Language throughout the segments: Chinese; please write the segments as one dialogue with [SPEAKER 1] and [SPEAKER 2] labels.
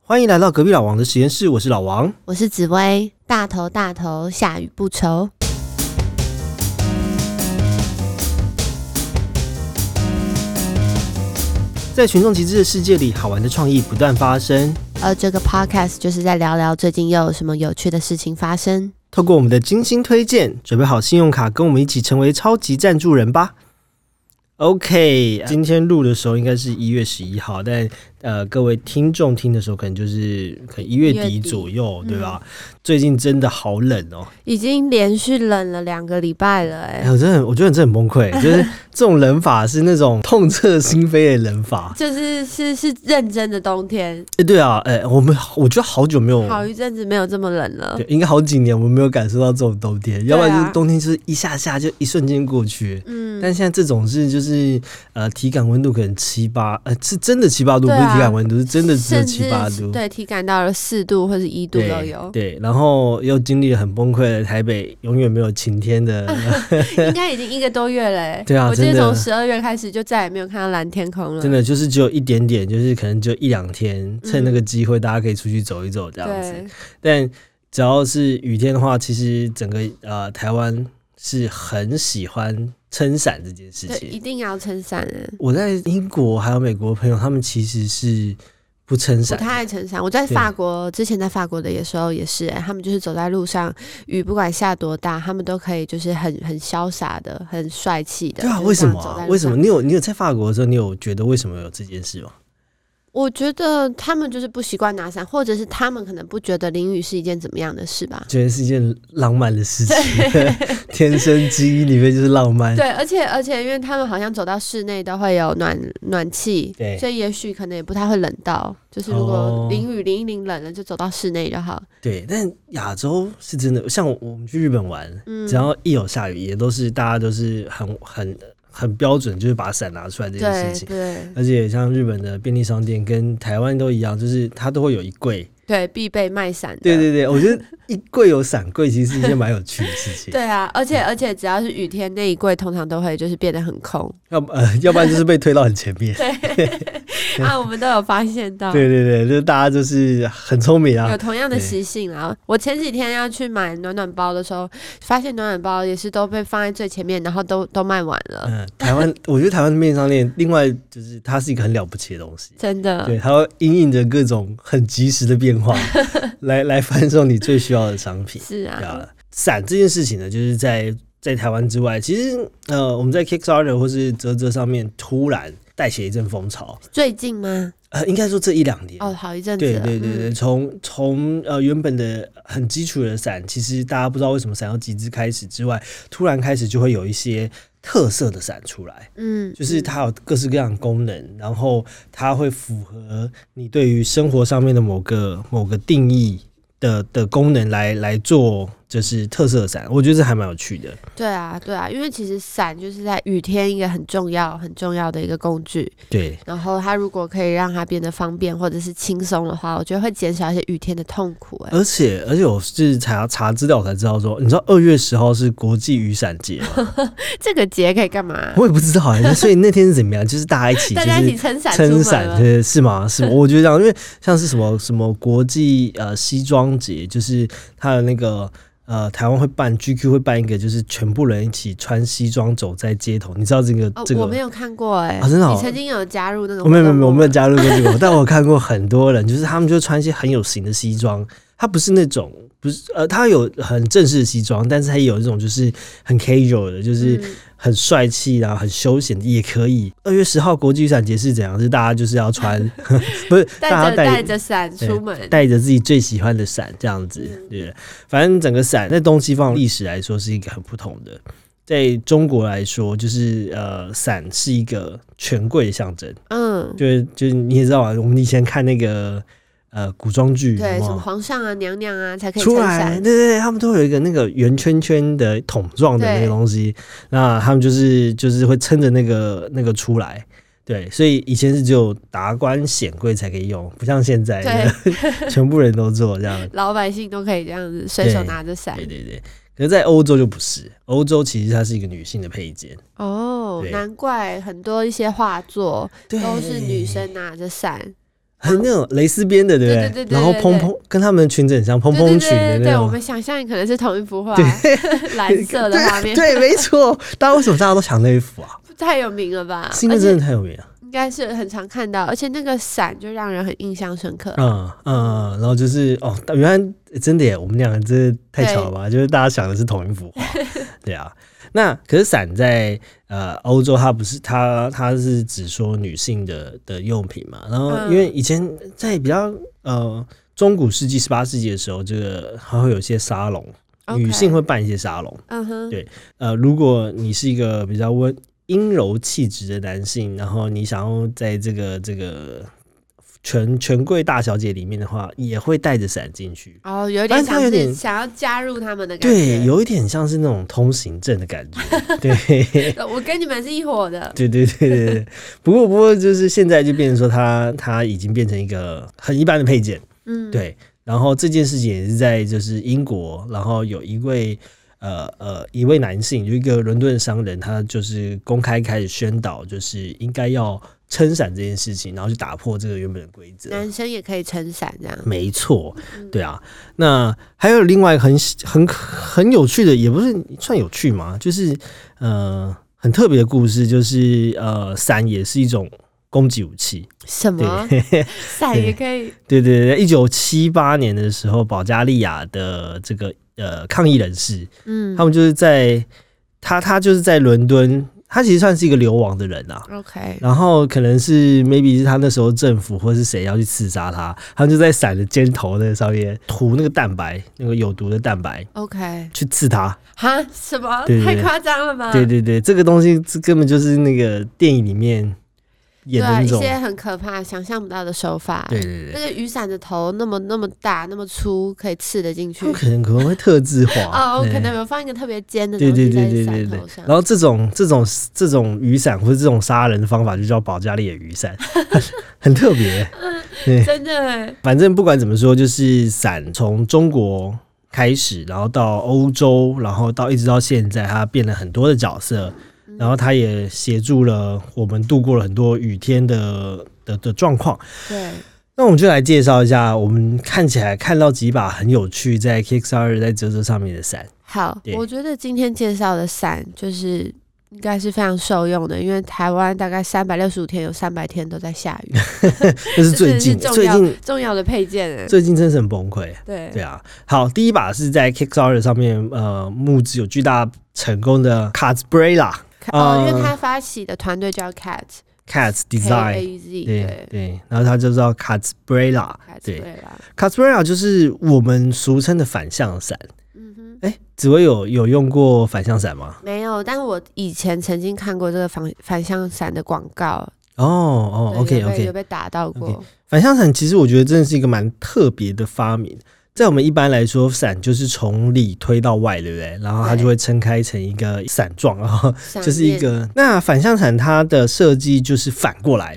[SPEAKER 1] 欢迎来到隔壁老王的实验室，我是老王。
[SPEAKER 2] 我是紫薇，大头大头，下雨不愁。
[SPEAKER 1] 在群众集资的世界里，好玩的创意不断发生。
[SPEAKER 2] 而呃这个 podcast 就是在聊聊最近又有什么有趣的事情发生。
[SPEAKER 1] 透过我们的精心推荐，准备好信用卡，跟我们一起成为超级赞助人吧。OK，今天录的时候应该是一月十一号，但呃，各位听众听的时候可能就是可能一月
[SPEAKER 2] 一月
[SPEAKER 1] 底
[SPEAKER 2] 底嗯
[SPEAKER 1] 左右，对吧？最近真的好冷哦，
[SPEAKER 2] 已经连续冷了两个礼拜了、
[SPEAKER 1] 哎、
[SPEAKER 2] 哎，
[SPEAKER 1] 我真的我觉得真的很崩溃， 就是这种冷法是那种痛彻心扉的冷法。
[SPEAKER 2] 就是是是认真的冬天，
[SPEAKER 1] 哎、对啊，哎、我们我觉得好久没有
[SPEAKER 2] 好一阵子没有这么冷了
[SPEAKER 1] 对。，应该好几年我们没有感受到这种冬天，
[SPEAKER 2] 嗯对
[SPEAKER 1] 要
[SPEAKER 2] 啊
[SPEAKER 1] 不然就是冬天就是一下下就一瞬间过去。
[SPEAKER 2] 嗯，
[SPEAKER 1] 但现在这种是就是呃体感温度可能七八呃是真的七八度，
[SPEAKER 2] 对啊
[SPEAKER 1] 不是体感温度，是真的只有
[SPEAKER 2] 甚
[SPEAKER 1] 七
[SPEAKER 2] 至
[SPEAKER 1] 八
[SPEAKER 2] 是
[SPEAKER 1] 度。
[SPEAKER 2] 对体感到了四度或是一度都
[SPEAKER 1] 对
[SPEAKER 2] 有，
[SPEAKER 1] 对，然后又经历了很崩溃的台北，永远没有晴天 的。
[SPEAKER 2] 应该已经一个多月了、 哎
[SPEAKER 1] 对啊
[SPEAKER 2] 我记
[SPEAKER 1] 真
[SPEAKER 2] 得
[SPEAKER 1] 的
[SPEAKER 2] 从十二月开始就再也没有看到蓝天空了。
[SPEAKER 1] 真的就是只有一点点，就是可能只有一两天，趁那个机会大家可以出去走一走这样子。
[SPEAKER 2] 对，
[SPEAKER 1] 但只要是雨天的话，其实整个呃台湾是很喜欢撑伞这件事
[SPEAKER 2] 对，
[SPEAKER 1] 情
[SPEAKER 2] 一。定要撑伞、哎
[SPEAKER 1] 我在英国还有美国朋友，他们其实是不撑
[SPEAKER 2] 不
[SPEAKER 1] 伞，
[SPEAKER 2] 太爱撑伞。我在
[SPEAKER 1] 对
[SPEAKER 2] 法国之前，在法国的也时候也是、欸，他们就是走在路上，雨不管下多大，他们都可以就是很很潇洒的、很帅气的。
[SPEAKER 1] 对啊，
[SPEAKER 2] 就是
[SPEAKER 1] 为什么
[SPEAKER 2] 这样走在
[SPEAKER 1] 啊？
[SPEAKER 2] 路上
[SPEAKER 1] 为什么？你有你有在法国的时候，你有觉得为什么有这件事吗？
[SPEAKER 2] 我觉得他们就是不习惯拿伞，或者是他们可能不觉得淋雨是一件怎么样的事吧。
[SPEAKER 1] 觉得是一件浪漫的事情， 天生基因里面就是浪漫。
[SPEAKER 2] 对，而且而且，因为他们好像走到室内都会有暖暖气
[SPEAKER 1] 对，
[SPEAKER 2] 所以也许可能也不太会冷到。就是如
[SPEAKER 1] 哦
[SPEAKER 2] 果淋雨淋一淋冷了，就走到室内就好。
[SPEAKER 1] 对，但亚洲是真的，像我我们去日本玩，
[SPEAKER 2] 嗯
[SPEAKER 1] 只要一有下雨，也都是大家都是很很很标准，就是把伞拿出来这件
[SPEAKER 2] 对
[SPEAKER 1] 事情。
[SPEAKER 2] 对
[SPEAKER 1] 而且像日本的便利商店跟台湾都一样，就是它都会有一柜。
[SPEAKER 2] 对，必备卖伞的。
[SPEAKER 1] 对对对，我觉得一柜有伞柜其实是一件蛮有趣的事情。
[SPEAKER 2] 对啊，而且而且只要是雨天，那一柜通常都会就是变得很空。
[SPEAKER 1] 要不呃，要不然就是被推到很前面。
[SPEAKER 2] 对啊，我们都有发现到，
[SPEAKER 1] 对对对，就是大家就是很聪明
[SPEAKER 2] 有
[SPEAKER 1] 啊。
[SPEAKER 2] 同样的习性啊。我前几天要去买暖暖包的时候，发现暖暖包也是都被放在最前面，然后都都卖完了，
[SPEAKER 1] 嗯，台湾，我觉得台湾的面商店，另外就是它是一个很了不起的东西。
[SPEAKER 2] 真的
[SPEAKER 1] 对，。它会因应着各种很及时的变 化，来来贩售你最需要的商品。
[SPEAKER 2] 是
[SPEAKER 1] 对
[SPEAKER 2] 啊，
[SPEAKER 1] 啊，伞这件事情呢，就是在在台湾之外，其实呃，我们在 Kickstarter 或是泽泽上面突然带起一阵风潮，
[SPEAKER 2] 最近吗？
[SPEAKER 1] 呃，应该说这一两年。
[SPEAKER 2] 哦，好一阵子
[SPEAKER 1] 对
[SPEAKER 2] 了。
[SPEAKER 1] 对对对，
[SPEAKER 2] 嗯
[SPEAKER 1] 从从呃原本的很基础的伞，其实大家不知道为什么伞要集资开始之外，突然开始就会有一些特色的伞出来，
[SPEAKER 2] 嗯，
[SPEAKER 1] 就是
[SPEAKER 2] 嗯
[SPEAKER 1] 它有各式各样的功能，然后它会符合你对于生活上面的某个某个定义的的功能来来做，就是特色伞，我觉得这还蛮有趣的。
[SPEAKER 2] 对啊，对啊，因为其实伞就是在雨天一个很重要、很重要的一个工具。
[SPEAKER 1] 对，
[SPEAKER 2] 然后它如果可以让它变得方便或者是轻松的话，我觉得会减少一些雨天的痛苦、哎，
[SPEAKER 1] 而且而且我是查查资料才知道说，你知道二月十号是国际雨伞节吗？
[SPEAKER 2] 这个节可以干嘛？
[SPEAKER 1] 我也不知道哎、所以那天是怎么样？就是大家一起就
[SPEAKER 2] 大家一起
[SPEAKER 1] 是
[SPEAKER 2] 撑伞出
[SPEAKER 1] 撑
[SPEAKER 2] 门
[SPEAKER 1] 伞，
[SPEAKER 2] 吗
[SPEAKER 1] 对，是吗？ 是吗？我觉得这样，因为像是什么什么国际呃西装节，就是它的那个。呃，台湾会办 GQ 会办一个，就是全部人一起穿西装走在街头。你知道这个、
[SPEAKER 2] 哦
[SPEAKER 1] 这，个？
[SPEAKER 2] 我没有看过哎、
[SPEAKER 1] 啊真的哦
[SPEAKER 2] 你曾经有加入那个
[SPEAKER 1] 我
[SPEAKER 2] 活动
[SPEAKER 1] 没
[SPEAKER 2] 吗？
[SPEAKER 1] 有没有没有我没有加入过 这个，但我看过很多人，就是他们就穿一些很有型的西装，他不是那种不是呃，他有很正式的西装，但是他也有一种就是很 casual 的，就是
[SPEAKER 2] 嗯
[SPEAKER 1] 很帅气然后很休闲的也可以。二月十号国际雨伞节是怎样？是大家就是要穿， 不是
[SPEAKER 2] 带
[SPEAKER 1] 大家
[SPEAKER 2] 着带
[SPEAKER 1] 带
[SPEAKER 2] 着伞出门，
[SPEAKER 1] 带着自己最喜欢的伞这样子，
[SPEAKER 2] 嗯
[SPEAKER 1] 对。反正整个伞在东西方历史来说是一个很不同的。在中国来说，就是呃，伞是一个权贵的象征，
[SPEAKER 2] 嗯，
[SPEAKER 1] 就是就是你也知道啊，我们以前看那个呃古装剧，有没
[SPEAKER 2] 对，
[SPEAKER 1] 有
[SPEAKER 2] 什么皇上啊、娘娘啊才可以撑
[SPEAKER 1] 出来，
[SPEAKER 2] 伞，
[SPEAKER 1] 对对对，他们都会有一个那个圆圈圈的桶状的那个
[SPEAKER 2] 对
[SPEAKER 1] 东西，那他们就是就是会撑着那个那个出来。对，所以以前是只有达官显贵才可以用，不像现在
[SPEAKER 2] 对，
[SPEAKER 1] 全部人都做这样。
[SPEAKER 2] 老百姓都可以这样子随手
[SPEAKER 1] 对
[SPEAKER 2] 拿着伞
[SPEAKER 1] 对。对对，可是，在欧洲就不是，欧洲其实它是一个女性的配件，
[SPEAKER 2] 哦
[SPEAKER 1] 对，
[SPEAKER 2] 难怪很多一些画作
[SPEAKER 1] 对
[SPEAKER 2] 都是女生拿着伞，
[SPEAKER 1] 很那种蕾丝边的，对不
[SPEAKER 2] 对对对对
[SPEAKER 1] 然后
[SPEAKER 2] 对
[SPEAKER 1] 蓬蓬跟他们的裙子很像，蓬
[SPEAKER 2] 对
[SPEAKER 1] 蓬
[SPEAKER 2] 对
[SPEAKER 1] 裙的
[SPEAKER 2] 对对
[SPEAKER 1] 那
[SPEAKER 2] 对，我
[SPEAKER 1] 种
[SPEAKER 2] 们。想象可能是同一幅画， 蓝色的画面，
[SPEAKER 1] 对，没错。但为什么大家都抢那一幅啊？
[SPEAKER 2] 太有名了吧？
[SPEAKER 1] 是因
[SPEAKER 2] 啊而
[SPEAKER 1] 为
[SPEAKER 2] 且
[SPEAKER 1] 真的太有名了。
[SPEAKER 2] 应该是很常看到，而且那个伞就让人很印象深刻。
[SPEAKER 1] 嗯嗯，然后就是哦，原来真的耶，我们两个真的太巧了吧？就是大家想的是同一幅 画，对啊。那可是伞在呃欧洲，它不是它它是只说女性的的用品嘛。然后
[SPEAKER 2] 嗯
[SPEAKER 1] 因为以前在比较呃中古世纪十八世纪的时候，这个还会有一些沙龙，女
[SPEAKER 2] OK
[SPEAKER 1] 性会办一些沙龙。
[SPEAKER 2] 嗯哼，
[SPEAKER 1] 对呃，如果你是一个比较温阴柔气质的男性，然后你想要在这个这个权权贵大小姐里面的话，也会带着伞进去。
[SPEAKER 2] 哦，有
[SPEAKER 1] 但
[SPEAKER 2] 点
[SPEAKER 1] 是它
[SPEAKER 2] 像
[SPEAKER 1] 有
[SPEAKER 2] 是
[SPEAKER 1] 点
[SPEAKER 2] 想要加入他们的感觉。
[SPEAKER 1] 对，有一点像是那种通行证的 感觉。对，
[SPEAKER 2] 呃 我跟你们是一伙的。
[SPEAKER 1] 对对对对对。不过不过，就是现在就变成说它它已经变成一个很一般的配件。
[SPEAKER 2] 嗯，
[SPEAKER 1] 对，然后这件事情也是在就是英国，然后有一位呃呃一位男性，有一个伦敦的商人，他就是公开开始宣导，就是应该要撑伞这件事情，然后去打破这个原本的规则。
[SPEAKER 2] 男嗯生也可以撑伞这样。
[SPEAKER 1] 没错，对啊。那还有另外一个很很很有趣的，也不是算有趣嘛，就是呃很特别的故事，就是呃伞也是一种攻击武器。
[SPEAKER 2] 什
[SPEAKER 1] 对，
[SPEAKER 2] 么 伞也可以？
[SPEAKER 1] 对对对，一九七八年的时候，保加利亚的这个呃抗议人士，
[SPEAKER 2] 嗯
[SPEAKER 1] 他们就是在他他就是在伦敦，他其实算是一个流亡的人啊。
[SPEAKER 2] ，OK，
[SPEAKER 1] 然后可能是 maybe 是他那时候政府或是谁要去刺杀他，他们就在伞的尖头那上面涂那个蛋白，那个有毒的蛋白
[SPEAKER 2] OK，
[SPEAKER 1] 去刺他。
[SPEAKER 2] 哈，什么？
[SPEAKER 1] 对对
[SPEAKER 2] 太
[SPEAKER 1] 对
[SPEAKER 2] 夸张了吧？
[SPEAKER 1] 对对对，这个东西这根本就是那个电影里面
[SPEAKER 2] 对
[SPEAKER 1] 演的
[SPEAKER 2] 啊，
[SPEAKER 1] 那
[SPEAKER 2] 一
[SPEAKER 1] 种，
[SPEAKER 2] 些很可怕、想象不到的手法。
[SPEAKER 1] 对对对
[SPEAKER 2] 那，个雨伞的头那么那么大，那么粗，可以刺得进去
[SPEAKER 1] 他们。可能可能会特制化
[SPEAKER 2] 哦，
[SPEAKER 1] 对
[SPEAKER 2] 可能有放一个特别尖的
[SPEAKER 1] 对
[SPEAKER 2] 东
[SPEAKER 1] 对
[SPEAKER 2] 西
[SPEAKER 1] 对
[SPEAKER 2] 在
[SPEAKER 1] 对对
[SPEAKER 2] 伞
[SPEAKER 1] 对
[SPEAKER 2] 头，上
[SPEAKER 1] 然。后这种这种这种雨伞或者这种杀人的方法就叫保加利亚雨伞，很很特别。
[SPEAKER 2] 真的欸，
[SPEAKER 1] 反正不管怎么说，就是伞从中国开始，然后到欧洲，然后到一直到现在，它变了很多的角色，
[SPEAKER 2] 嗯
[SPEAKER 1] 然后它也协助了我们度过了很多雨天的的的状况。
[SPEAKER 2] 对，
[SPEAKER 1] 那我们就来介绍一下，我们看起来看到几把很有趣在 Kickstarter 在折折上面的伞。
[SPEAKER 2] 好
[SPEAKER 1] 对，
[SPEAKER 2] 我觉得今天介绍的伞就是应该是非常受用的，因为台湾大概三百六十五天有三百天都在下 雨，
[SPEAKER 1] 这是
[SPEAKER 2] 这真
[SPEAKER 1] 最
[SPEAKER 2] 的
[SPEAKER 1] 近，
[SPEAKER 2] 是重
[SPEAKER 1] 最
[SPEAKER 2] 要
[SPEAKER 1] 近
[SPEAKER 2] 重要的配件哎。
[SPEAKER 1] 最近真是很崩溃。
[SPEAKER 2] 对
[SPEAKER 1] 对啊，好，第一把是在 Kickstarter 上面，呃，募资有巨大成功的 Cats Brella
[SPEAKER 2] 看哦，
[SPEAKER 1] 呃
[SPEAKER 2] 因为他发起的团队叫 Cat
[SPEAKER 1] Cats
[SPEAKER 2] K
[SPEAKER 1] Design，
[SPEAKER 2] A Z，
[SPEAKER 1] 对
[SPEAKER 2] 对
[SPEAKER 1] 对，然后它就叫 Cats Brella。
[SPEAKER 2] ，Cat
[SPEAKER 1] 对
[SPEAKER 2] 对啦，
[SPEAKER 1] Cats Brella 就是我们俗称的反向伞。
[SPEAKER 2] 嗯哼，
[SPEAKER 1] 哎，紫薇有有用过反向伞吗？
[SPEAKER 2] 没有，但我以前曾经看过这个反反向伞的广告，
[SPEAKER 1] 哦哦，OK
[SPEAKER 2] 对有被
[SPEAKER 1] OK，
[SPEAKER 2] 有被打到过，
[SPEAKER 1] 反向伞其实我觉得真的是一个蛮特别的发明。在我们一般来说，伞就是从里推到外，对不对？然后它
[SPEAKER 2] 对
[SPEAKER 1] 就会撑开成一个伞状，然后
[SPEAKER 2] 闪
[SPEAKER 1] 就是一
[SPEAKER 2] 电
[SPEAKER 1] 个那反向伞，它的设计就是反过来。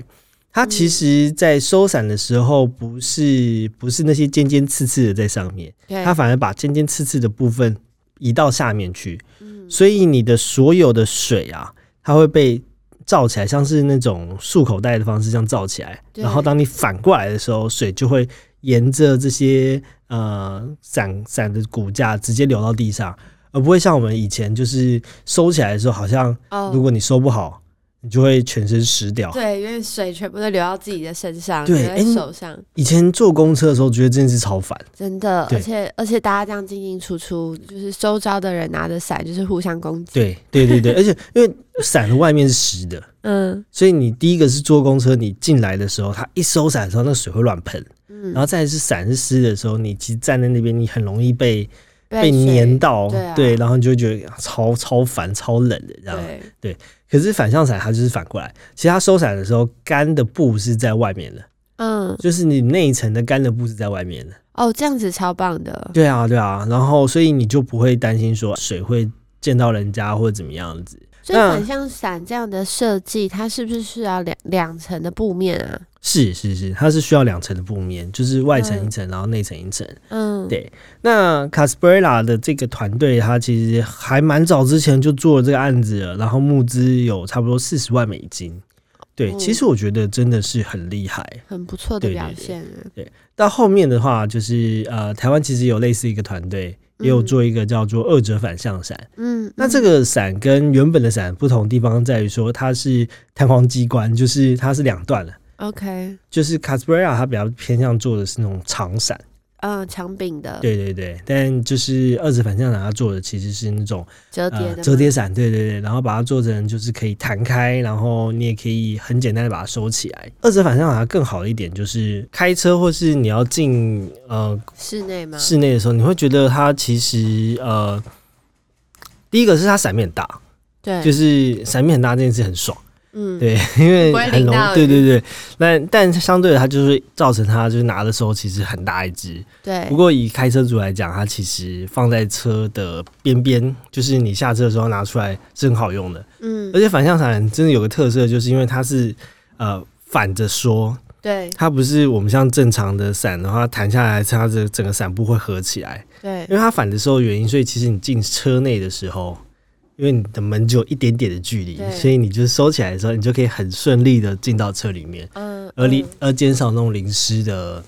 [SPEAKER 1] 它
[SPEAKER 2] 嗯
[SPEAKER 1] 其实，在收伞的时候，不是不是那些尖尖刺刺的在上面，
[SPEAKER 2] 对
[SPEAKER 1] 它反而把尖尖刺刺的部分移到下面去，
[SPEAKER 2] 嗯
[SPEAKER 1] 所以你的所有的水啊，它会被罩起来，像是那种束口袋的方式这样罩起来。
[SPEAKER 2] 对
[SPEAKER 1] 然后当你反过来的时候，水就会沿着这些呃伞伞的骨架直接流到地上，而不会像我们以前就是收起来的时候，好像如
[SPEAKER 2] 哦，
[SPEAKER 1] 果你收不好，你就会全身湿掉。
[SPEAKER 2] 对，因为水全部都流到自己的身上，
[SPEAKER 1] 对
[SPEAKER 2] 流
[SPEAKER 1] 哎
[SPEAKER 2] 在
[SPEAKER 1] 你
[SPEAKER 2] 手上。
[SPEAKER 1] 以前坐公车的时候，觉得这件事超烦。
[SPEAKER 2] 真的，
[SPEAKER 1] 对
[SPEAKER 2] 而且而且大家这样进进出出，就是周遭的人拿着伞，就是互相攻击。
[SPEAKER 1] 对对对对，而且因为伞的外面是湿的，
[SPEAKER 2] 嗯
[SPEAKER 1] 所以你第一个是坐公车，你进来的时候，它一收伞的时候，那水会乱喷。
[SPEAKER 2] 嗯，
[SPEAKER 1] 然后再来是伞是湿的时候，你其实站在那边，你很容易被被
[SPEAKER 2] 水
[SPEAKER 1] 粘到，
[SPEAKER 2] 对啊
[SPEAKER 1] 然后你就会觉得超超烦、超冷的这样。
[SPEAKER 2] 对，
[SPEAKER 1] 可是反向伞它就是反过来，其实它收伞的时候，干的布是在外面的，
[SPEAKER 2] 嗯，
[SPEAKER 1] 就是你内层的干的布是在外面的。
[SPEAKER 2] 哦，这样子超棒的。
[SPEAKER 1] 对啊，对啊，然后所以你就不会担心说水会溅到人家或者怎么样子。
[SPEAKER 2] 所以
[SPEAKER 1] 那
[SPEAKER 2] 反向伞这样的设计，它是不是需要两两层的布面啊？
[SPEAKER 1] 是是是，它是需要两层的布面，就是外层一
[SPEAKER 2] 嗯
[SPEAKER 1] 层，然后内层一层。
[SPEAKER 2] 嗯，
[SPEAKER 1] 对那 Casperella 的这个团队，它其实还蛮早之前就做了这个案子了，然后募资有差不多四十万美金。对，
[SPEAKER 2] 嗯
[SPEAKER 1] 其实我觉得真的是很厉害。
[SPEAKER 2] 很不错的
[SPEAKER 1] 对对
[SPEAKER 2] 表
[SPEAKER 1] 对
[SPEAKER 2] 现啊。
[SPEAKER 1] 到后面的话，就是呃，台湾其实有类似一个团队，也有
[SPEAKER 2] 嗯
[SPEAKER 1] 做一个叫做“二者反向伞”。
[SPEAKER 2] 嗯，
[SPEAKER 1] 那这
[SPEAKER 2] 个
[SPEAKER 1] 个伞跟原本的伞不同的地方在于说，它是弹簧机关，就是它是两段的。
[SPEAKER 2] 嗯 OK，
[SPEAKER 1] 就是 Casprera 它比较偏向做的是那种长伞，
[SPEAKER 2] 嗯，长柄的，
[SPEAKER 1] 对对对。但就是二指反向伞，它做的其实是那种呃
[SPEAKER 2] 折叠的吗，
[SPEAKER 1] 折叠伞，对对对。然后把它做成就是可以弹开，然后你也可以很简单的把它收起来。二指反向伞它更好的一点就是开车或是你要进呃
[SPEAKER 2] 室内吗？
[SPEAKER 1] 室内的时候，你会觉得它其实呃，第一个是它伞面很大，
[SPEAKER 2] 对，
[SPEAKER 1] 就是伞面很大这件事很爽。
[SPEAKER 2] 嗯，
[SPEAKER 1] 对，因为
[SPEAKER 2] 不会
[SPEAKER 1] 很
[SPEAKER 2] 淋
[SPEAKER 1] 容
[SPEAKER 2] 到
[SPEAKER 1] 对
[SPEAKER 2] 雨
[SPEAKER 1] 对对，那但相对的，它就是造成它就是拿的时候其实很大一只。
[SPEAKER 2] 对
[SPEAKER 1] 不过以开车族来讲，它其实放在车的边边，就是你下车的时候拿出来是很好用的。
[SPEAKER 2] 嗯
[SPEAKER 1] 而，且反向伞真的有个特色，就是因为它是呃反着说，
[SPEAKER 2] 对
[SPEAKER 1] 它不是我们像正常的伞的话弹下来，它的整个伞布会合起来，
[SPEAKER 2] 对
[SPEAKER 1] 因为它反的时候原因，所以其实你进车内的时候，因为你的门只有一点点的距离
[SPEAKER 2] 对，
[SPEAKER 1] 所以你就是收起来的时候，你就可以很顺利的进到车里面，
[SPEAKER 2] 嗯，
[SPEAKER 1] 而
[SPEAKER 2] 你
[SPEAKER 1] 淋、而减少那种淋湿的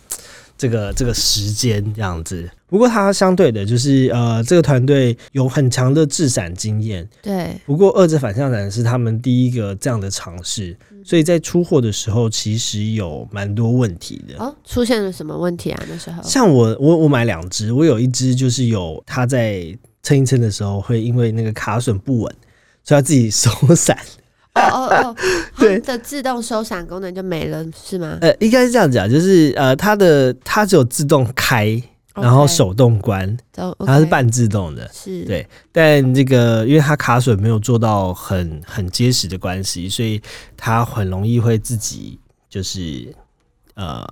[SPEAKER 1] 这个这个时间这样子。不过它相对的就是呃，这个团队有很强的制伞经验，
[SPEAKER 2] 对
[SPEAKER 1] 不过二次反向伞是他们第一个这样的尝试，所以在出货的时候其实有蛮多问题的。
[SPEAKER 2] 哦，出现了什么问题啊？那时候
[SPEAKER 1] 像我，我我买两只，我有一只就是有它在撑一撑的时候，会因为那个卡榫不稳，所以它自己收 伞。
[SPEAKER 2] 哦哦哦，
[SPEAKER 1] 对
[SPEAKER 2] 它的自动收伞功能就没了是吗？
[SPEAKER 1] 呃，应该是这样讲，就是呃，它的它只有自动开，嗯然后
[SPEAKER 2] OK，
[SPEAKER 1] 手动关，
[SPEAKER 2] 走
[SPEAKER 1] 它是
[SPEAKER 2] OK，
[SPEAKER 1] 半自动的。
[SPEAKER 2] 是，
[SPEAKER 1] 对但这个因为它卡榫没有做到很很结实的关系，所以它很容易会自己就是呃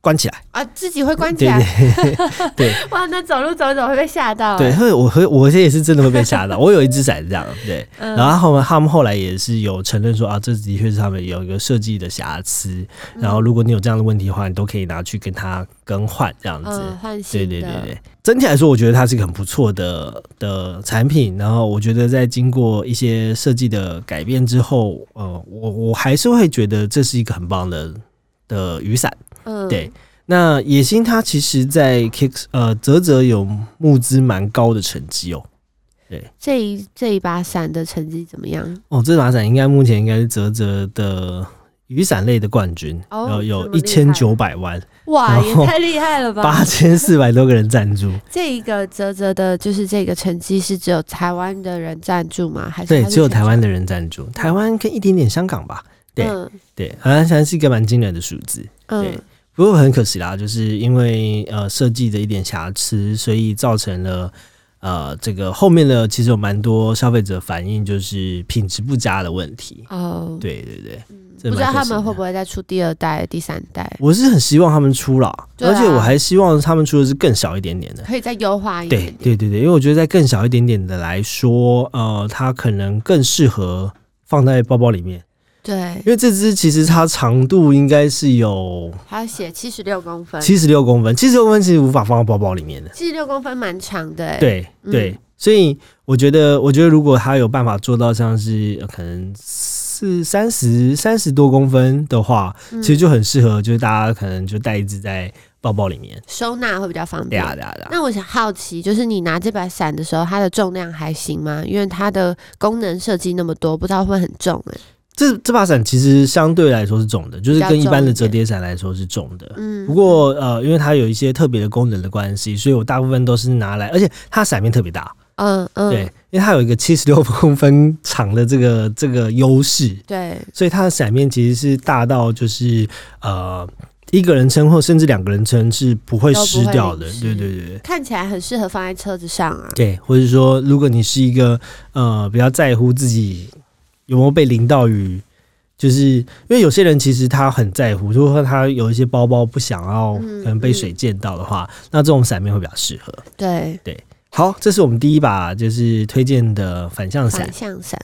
[SPEAKER 1] 关起来。
[SPEAKER 2] 啊，自己会关起
[SPEAKER 1] 对
[SPEAKER 2] 来，
[SPEAKER 1] 对
[SPEAKER 2] 哇，那走路走一走会被吓到，
[SPEAKER 1] 对，，会我会我现在也是真的会被吓到。我有一只伞这样，对。
[SPEAKER 2] 嗯
[SPEAKER 1] 然后他们他们后来也是有承认说啊，这的确是他们有一个设计的瑕疵。然
[SPEAKER 2] 嗯
[SPEAKER 1] 后如果你有这样的问题的话，你都可以拿去跟他更换这样子。
[SPEAKER 2] 嗯，换
[SPEAKER 1] 对
[SPEAKER 2] 新的，
[SPEAKER 1] 对对对，整体来说，我觉得它是一个很不错的的产品。然后我觉得在经过一些设计的改变之后，呃，我我还是会觉得这是一个很棒的的雨伞。
[SPEAKER 2] 嗯，
[SPEAKER 1] 对，那野心它其实在 Kick 呃泽泽有募资蛮高的成绩哦。
[SPEAKER 2] 这一这一把伞的成绩怎么样？
[SPEAKER 1] 哦，这把伞应该目前应该是泽泽的雨伞类的冠军，有
[SPEAKER 2] 哦这
[SPEAKER 1] 有
[SPEAKER 2] 么
[SPEAKER 1] 一
[SPEAKER 2] 厉
[SPEAKER 1] 千
[SPEAKER 2] 害
[SPEAKER 1] 九百万，
[SPEAKER 2] 哇，
[SPEAKER 1] 然
[SPEAKER 2] 也
[SPEAKER 1] 后
[SPEAKER 2] 太厉害了吧！
[SPEAKER 1] 八千四百多个人赞 助。
[SPEAKER 2] 这一个泽泽的，就是这个成绩是只有台湾的人赞助吗？还是
[SPEAKER 1] 对，
[SPEAKER 2] 它是
[SPEAKER 1] 只有
[SPEAKER 2] 全
[SPEAKER 1] 台湾的人赞助，台湾跟一点点香港吧。对
[SPEAKER 2] 嗯
[SPEAKER 1] 对，好像像是一个蛮惊人的数字。对
[SPEAKER 2] 嗯，
[SPEAKER 1] 不过很可惜啦，就是因为呃设计的一点瑕疵，所以造成了呃这个后面的其实有蛮多消费者反映就是品质不佳的问题。
[SPEAKER 2] 哦，
[SPEAKER 1] 对对对，这
[SPEAKER 2] 不知
[SPEAKER 1] 蛮
[SPEAKER 2] 道
[SPEAKER 1] 可
[SPEAKER 2] 他
[SPEAKER 1] 惜
[SPEAKER 2] 们
[SPEAKER 1] 的
[SPEAKER 2] 会不会再出第二代、第三代，
[SPEAKER 1] 嗯我是很希望他们出啦，
[SPEAKER 2] 对
[SPEAKER 1] 而且我
[SPEAKER 2] 啊
[SPEAKER 1] 还希望他们出的是更小一点点的。
[SPEAKER 2] 可以再优化一
[SPEAKER 1] 对
[SPEAKER 2] 点？
[SPEAKER 1] 对对对，因为我觉得在更小一点点的来说，呃，它可能更适合放在包包里面，
[SPEAKER 2] 对，
[SPEAKER 1] 因为这只其实它长度应该是有
[SPEAKER 2] 还要写七十六公分，
[SPEAKER 1] 七十六公分，七十六公分其实无法放到包包里面的。
[SPEAKER 2] 七十六公分蛮长的、欸，，
[SPEAKER 1] 对
[SPEAKER 2] 嗯
[SPEAKER 1] 对，所以我觉得，我觉得如果它有办法做到像是呃可能是三十三十多公分的话，
[SPEAKER 2] 嗯
[SPEAKER 1] 其实就很适合，就是大家可能就带一只在包包里面。
[SPEAKER 2] 收纳会比较方
[SPEAKER 1] 对
[SPEAKER 2] 便。
[SPEAKER 1] 啊对啊对啊。
[SPEAKER 2] 嗯那我想好奇，就是你拿这把伞的时候，它的重量还行吗？因为它的功能设计那么多，不知道会不会很重哎、
[SPEAKER 1] 这这把伞其实相对来说是重的，就是
[SPEAKER 2] 比较
[SPEAKER 1] 跟一般
[SPEAKER 2] 重
[SPEAKER 1] 的
[SPEAKER 2] 一
[SPEAKER 1] 折
[SPEAKER 2] 点
[SPEAKER 1] 叠伞来说是重的。
[SPEAKER 2] 嗯，
[SPEAKER 1] 不过呃，因为它有一些特别的功能的关系，所以我大部分都是拿来，而且它伞面特别大，
[SPEAKER 2] 嗯嗯，
[SPEAKER 1] 对，因为它有一个七十六公分长的这个这个优势，
[SPEAKER 2] 对
[SPEAKER 1] 所以它的伞面其实是大到就是呃一个人撑或甚至两个人撑是不会
[SPEAKER 2] 都不
[SPEAKER 1] 湿
[SPEAKER 2] 会
[SPEAKER 1] 掉的，
[SPEAKER 2] 湿
[SPEAKER 1] 对对对对。
[SPEAKER 2] 看起来很适合放在车子上啊。
[SPEAKER 1] 对，或者说，如果你是一个呃比较在乎自己有没有被淋到雨，就是因为有些人其实他很在乎，如果说他有一些包包不想要
[SPEAKER 2] 嗯
[SPEAKER 1] 可能被
[SPEAKER 2] 嗯
[SPEAKER 1] 水溅到的话，那这种伞面会比较适合。
[SPEAKER 2] 对，
[SPEAKER 1] 好，这是我们第一把就是推荐的反向伞
[SPEAKER 2] 反。向伞，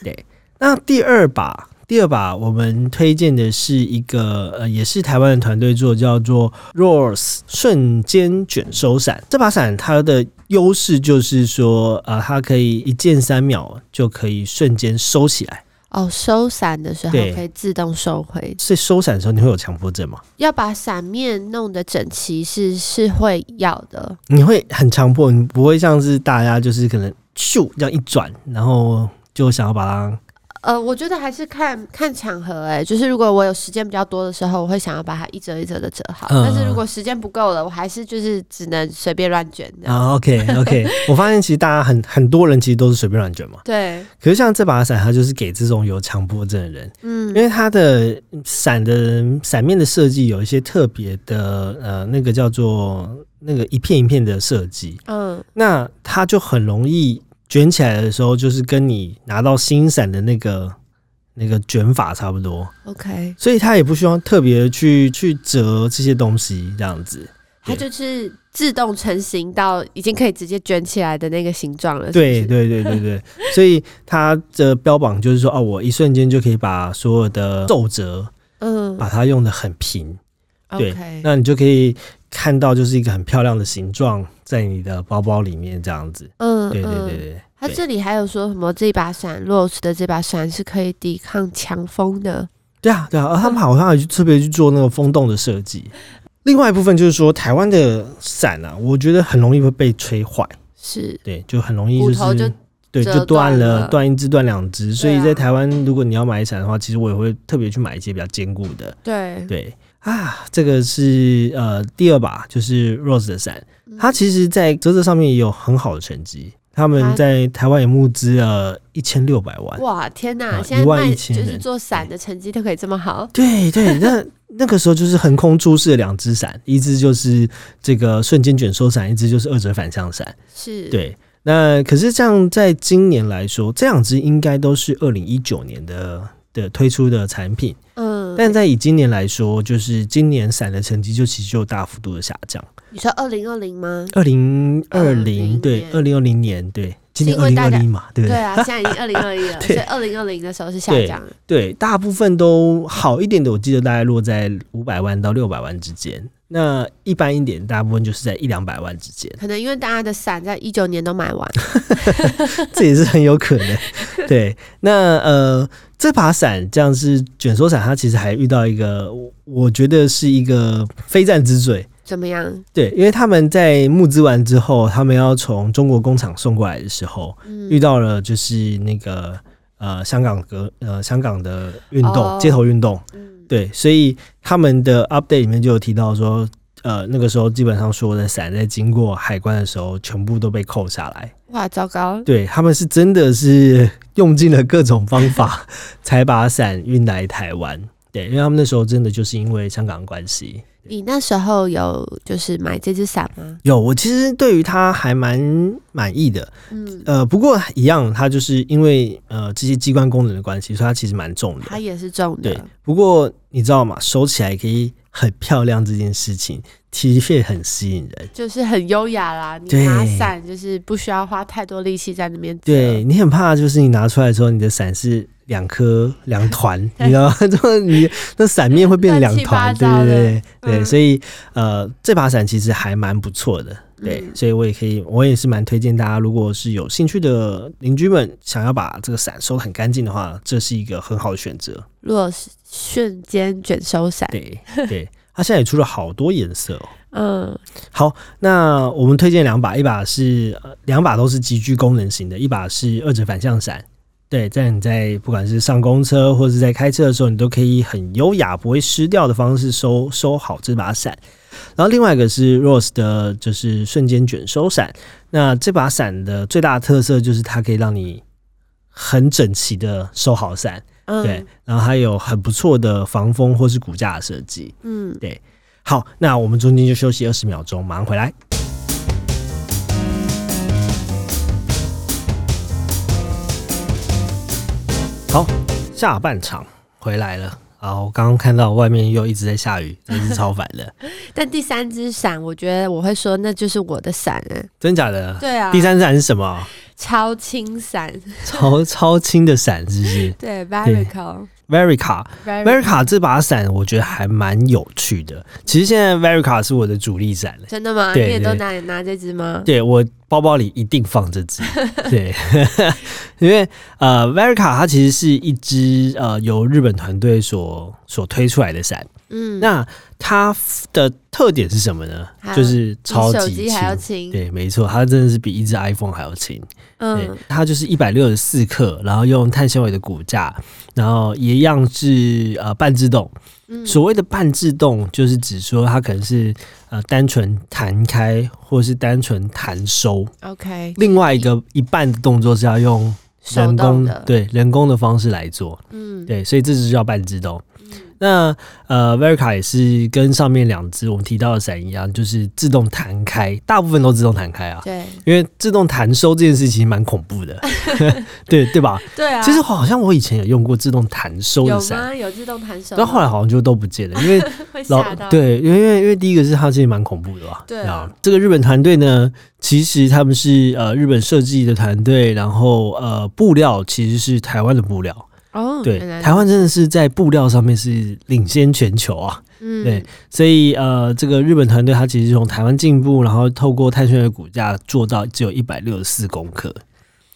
[SPEAKER 1] 那第二把，第二把我们推荐的是一个呃，也是台湾的团队做，叫做 Rose 瞬间卷收伞。这把伞它的优势就是说，呃，它可以一键三秒就可以瞬间收起来。
[SPEAKER 2] 哦，收伞的时候
[SPEAKER 1] 对
[SPEAKER 2] 可以自动收回，
[SPEAKER 1] 所以收伞的时候你会有强迫症吗？
[SPEAKER 2] 要把伞面弄得整齐是是会要的。
[SPEAKER 1] 你会很强迫，你不会像是大家就是可能咻这样一转，然后就想要把它。
[SPEAKER 2] 呃，我觉得还是看看场合、欸，哎，就是如果我有时间比较多的时候，我会想要把它一折一折的折好。
[SPEAKER 1] 嗯
[SPEAKER 2] 但是如果时间不够了，我还是就是只能随便乱卷的。
[SPEAKER 1] 啊，OK OK，我发现其实大家很很多人其实都是随便乱卷嘛。
[SPEAKER 2] 对，
[SPEAKER 1] 可是像这把伞，它就是给这种有强迫症的人，
[SPEAKER 2] 嗯
[SPEAKER 1] 因为它的伞的伞面的设计有一些特别的，呃，那个叫做那个一片一片的设计，
[SPEAKER 2] 嗯，
[SPEAKER 1] 那它就很容易卷起来的时候，就是跟你拿到新伞的那个那个卷法差不多，
[SPEAKER 2] OK，
[SPEAKER 1] 所以它也不需要特别去去折这些东西这样子。
[SPEAKER 2] 它就是自动成型到已经可以直接卷起来的那个形状了。是不
[SPEAKER 1] 对
[SPEAKER 2] 是
[SPEAKER 1] 对对对对，所以它的标榜就是说，哦，我一瞬间就可以把所有的皱褶
[SPEAKER 2] 嗯
[SPEAKER 1] 把它用的很平，啊对
[SPEAKER 2] ，OK，
[SPEAKER 1] 那你就可以看到就是一个很漂亮的形状在你的包包里面这样子。
[SPEAKER 2] 嗯，
[SPEAKER 1] 对对对对
[SPEAKER 2] 嗯。
[SPEAKER 1] 对。
[SPEAKER 2] 它这里还有说什么？这把伞 Rose 的这把伞是可以抵抗强风的。
[SPEAKER 1] 对啊，对啊，而他们好像还去特别去做那个风洞的设计。另外一部分就是说，台湾的伞啊，我觉得很容易会被吹坏，
[SPEAKER 2] 是，
[SPEAKER 1] 对，就很容易就
[SPEAKER 2] 骨头
[SPEAKER 1] 是
[SPEAKER 2] 就
[SPEAKER 1] 对
[SPEAKER 2] 折
[SPEAKER 1] 就断
[SPEAKER 2] 断了
[SPEAKER 1] 断一只断两只。所以
[SPEAKER 2] 对啊
[SPEAKER 1] 在台湾，如果你要买伞的话，其实我也会特别去买一些比较坚固的。
[SPEAKER 2] 对，
[SPEAKER 1] 对啊，这个是呃第二把，就是 Rose 的伞，
[SPEAKER 2] 嗯
[SPEAKER 1] 它其实在折折上面也有很好的成绩，他们
[SPEAKER 2] 它
[SPEAKER 1] 在台湾也募资了一千六百万。
[SPEAKER 2] 哇，天哪！
[SPEAKER 1] 啊
[SPEAKER 2] 现在卖
[SPEAKER 1] 11,000
[SPEAKER 2] 就是
[SPEAKER 1] 人
[SPEAKER 2] 做伞的成绩都可以这么好，
[SPEAKER 1] 对对，那那个时候就是横空出世的两只伞，一只就是这个瞬间卷缩伞，一只就是二折反向伞。
[SPEAKER 2] 是，
[SPEAKER 1] 对，那可是这样，在今年来说，这两只应该都是二零一九年的的推出的产品，
[SPEAKER 2] 嗯。
[SPEAKER 1] 但在以今年来说，就是今年伞的成绩就其实就有大幅度的下降。
[SPEAKER 2] 你说二零二零吗？
[SPEAKER 1] 二零二零
[SPEAKER 2] 2020
[SPEAKER 1] 对，二零二零年对，今年
[SPEAKER 2] 因
[SPEAKER 1] 二
[SPEAKER 2] 为
[SPEAKER 1] 零
[SPEAKER 2] 大
[SPEAKER 1] 二
[SPEAKER 2] 家
[SPEAKER 1] 一嘛，对不
[SPEAKER 2] 对
[SPEAKER 1] 对？
[SPEAKER 2] 啊，现在已经二零二一 了，所
[SPEAKER 1] 对
[SPEAKER 2] 以二零二零的时候是下
[SPEAKER 1] 对
[SPEAKER 2] 降了。
[SPEAKER 1] 对，大部分都好一点的，我记得大概落在五百万到六百万之间。那一般一点，大部分就是在一两百万之间，
[SPEAKER 2] 可能因为大家的伞在一九年都买 完，
[SPEAKER 1] 这也是很有可能。对，那呃，这把伞这样是卷缩伞，它其实还遇到一个，我我觉得是一个非战之罪。
[SPEAKER 2] 怎么样？
[SPEAKER 1] 对，因为他们在募资完之后，他们要从中国工厂送过来的时候，遇到了就是那个呃香港革呃香港的运动、
[SPEAKER 2] 哦
[SPEAKER 1] 街头运动，
[SPEAKER 2] 嗯，
[SPEAKER 1] 对，所以他们的 update 里面就有提到说，呃，那个时候基本上所有的伞在经过海关的时候，全部都被扣下来。
[SPEAKER 2] 哇，糟糕，
[SPEAKER 1] 对他们是真的是 用尽了各种方法才把伞运来台湾。对，因为他们那时候真的就是因为香港的关系。
[SPEAKER 2] 你那时候有就是买这只伞吗？
[SPEAKER 1] 有，我其实对于它还蛮满意的。
[SPEAKER 2] 嗯，
[SPEAKER 1] 呃，不过一样，它就是因为呃这些机关功能的关系，所以它其实蛮重的。
[SPEAKER 2] 它也是重
[SPEAKER 1] 对
[SPEAKER 2] 的，，
[SPEAKER 1] 啊不过你知道吗？收起来可以很漂亮这件事情，的确很吸引人。
[SPEAKER 2] 就是很优雅啦。你
[SPEAKER 1] 对
[SPEAKER 2] 拿伞就是不需要花太多力气在那边折。
[SPEAKER 1] 对你很怕，就是你拿出来的时候，你的伞是两 颗两团，你知道吗？这么你那伞面会变成两团，
[SPEAKER 2] 乱七
[SPEAKER 1] 对
[SPEAKER 2] 八糟
[SPEAKER 1] 对
[SPEAKER 2] 的
[SPEAKER 1] 对对，
[SPEAKER 2] 嗯
[SPEAKER 1] 所以呃，这把伞其实还蛮不错的。对，
[SPEAKER 2] 嗯
[SPEAKER 1] 所以我也可以，我也是蛮推荐大家，如果是有兴趣的邻居们想要把这个伞收得很干净的话，这是一个很好的选择。
[SPEAKER 2] 若是瞬间卷收伞，
[SPEAKER 1] 对对，它现在也出了好多颜色哦。
[SPEAKER 2] 嗯，
[SPEAKER 1] 好，那我们推荐两把，一把是呃两把都是极具功能型的，一把是二指反向伞。对，在你在不管是上公车或是在开车的时候，你都可以很优雅、不会湿掉的方式收收好这把伞。然后另外一个是 Rose 的，就是瞬间卷收伞。那这把伞的最大的特色就是它可以让你很整齐的收好伞，
[SPEAKER 2] 嗯
[SPEAKER 1] 对，，然后还有很不错的防风或是骨架的设计。
[SPEAKER 2] 嗯，
[SPEAKER 1] 好，那我们中间就休息二十秒钟，马上回来。好，下半场回来了。啊，我刚刚看到外面又一直在下雨，真是超烦 的，
[SPEAKER 2] 但第三只伞，我觉得我会说那就是我的伞哎、
[SPEAKER 1] 真假的？
[SPEAKER 2] 对啊，
[SPEAKER 1] 第三伞是什么？
[SPEAKER 2] 超轻伞，
[SPEAKER 1] 超超轻的伞是不是？
[SPEAKER 2] 对 v e r i c a l
[SPEAKER 1] Verica。
[SPEAKER 2] Very-
[SPEAKER 1] Verica 这把伞我觉得还蛮有趣的。其实现在 Verica 是我的主力伞了，
[SPEAKER 2] 真的吗？你
[SPEAKER 1] 对
[SPEAKER 2] 也都
[SPEAKER 1] 对
[SPEAKER 2] 拿拿这支吗？
[SPEAKER 1] 对我包包里一定放这支。对， 因为呃，Verica 它其实是一支呃由日本团队所所推出来的伞。
[SPEAKER 2] 嗯，
[SPEAKER 1] 那它的特点是什么呢
[SPEAKER 2] 它？
[SPEAKER 1] 就是
[SPEAKER 2] 比
[SPEAKER 1] 超
[SPEAKER 2] 手
[SPEAKER 1] 级
[SPEAKER 2] 机还要
[SPEAKER 1] 轻。
[SPEAKER 2] 轻，
[SPEAKER 1] 对，没错，它真的是比一只 iPhone 还要轻。对
[SPEAKER 2] 嗯，，
[SPEAKER 1] 它就是一百六十四克，然后用碳纤维的骨架，然后一样是呃半自动。
[SPEAKER 2] 嗯
[SPEAKER 1] 所谓的半自动，就是指说它可能是呃单纯弹开，或是单纯弹收。
[SPEAKER 2] ，OK，
[SPEAKER 1] 另外一个一半的动作是要用
[SPEAKER 2] 手
[SPEAKER 1] 人
[SPEAKER 2] 动
[SPEAKER 1] 工
[SPEAKER 2] 的，
[SPEAKER 1] 对人工的方式来做。
[SPEAKER 2] 嗯，
[SPEAKER 1] 对，所以这只叫半自动。那呃，Verica 也是跟上面两只我们提到的伞一样，就是自动弹开，大部分都自动弹开啊。
[SPEAKER 2] 对
[SPEAKER 1] 因为自动弹收这件事情蛮恐怖的， 对对吧？
[SPEAKER 2] 对啊，
[SPEAKER 1] 其实好像我以前有用过自动弹收的
[SPEAKER 2] 有
[SPEAKER 1] 伞，
[SPEAKER 2] 吗？有自动弹手吗，
[SPEAKER 1] 但后来好像就都不见了，因为
[SPEAKER 2] 会 吓
[SPEAKER 1] 老
[SPEAKER 2] 到，
[SPEAKER 1] 对，因为因为因为第一个是它其实蛮恐怖的吧？
[SPEAKER 2] 对啊
[SPEAKER 1] 吧这个日本团队呢，其实他们是呃日本设计的团队，然后呃布料其实是台湾的布料，
[SPEAKER 2] 哦，
[SPEAKER 1] 对
[SPEAKER 2] 原来，
[SPEAKER 1] 台湾真的是在布料上面是领先全球啊。
[SPEAKER 2] 嗯
[SPEAKER 1] 对，所以呃，这个日本团队它其实从台湾进步，然后透过碳纤维骨架做到只有一百六十四公克。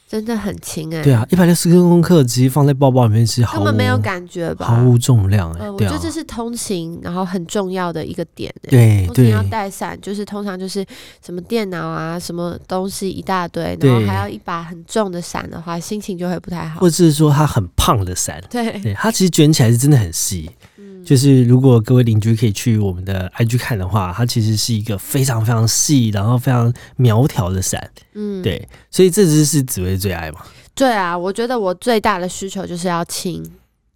[SPEAKER 2] 真的很轻哎，
[SPEAKER 1] 对啊，一百六十四公克其实放在包包里面是毫
[SPEAKER 2] 他
[SPEAKER 1] 无
[SPEAKER 2] 们没有感觉吧？
[SPEAKER 1] 毫无重量哎、
[SPEAKER 2] 呃，我
[SPEAKER 1] 对
[SPEAKER 2] 觉
[SPEAKER 1] 啊
[SPEAKER 2] 得，这是通勤然后很重要的一个点哎。
[SPEAKER 1] 对
[SPEAKER 2] 通勤
[SPEAKER 1] 对
[SPEAKER 2] 要带伞，就是通常就是什么电脑啊，什么东西一大堆，
[SPEAKER 1] 对
[SPEAKER 2] 然后还要一把很重的伞的话，心情就会不太好
[SPEAKER 1] 或。者是说它很胖的伞，
[SPEAKER 2] 对，
[SPEAKER 1] 对它其实卷起来是真的很细。
[SPEAKER 2] 嗯，
[SPEAKER 1] 就是如果各位邻居可以去我们的 IG 看的话，它其实是一个非常非常细，然后非常苗条的伞。
[SPEAKER 2] 嗯，
[SPEAKER 1] 对，所以这只是紫薇最爱嘛？
[SPEAKER 2] 对啊，我觉得我最大的需求就是要 轻。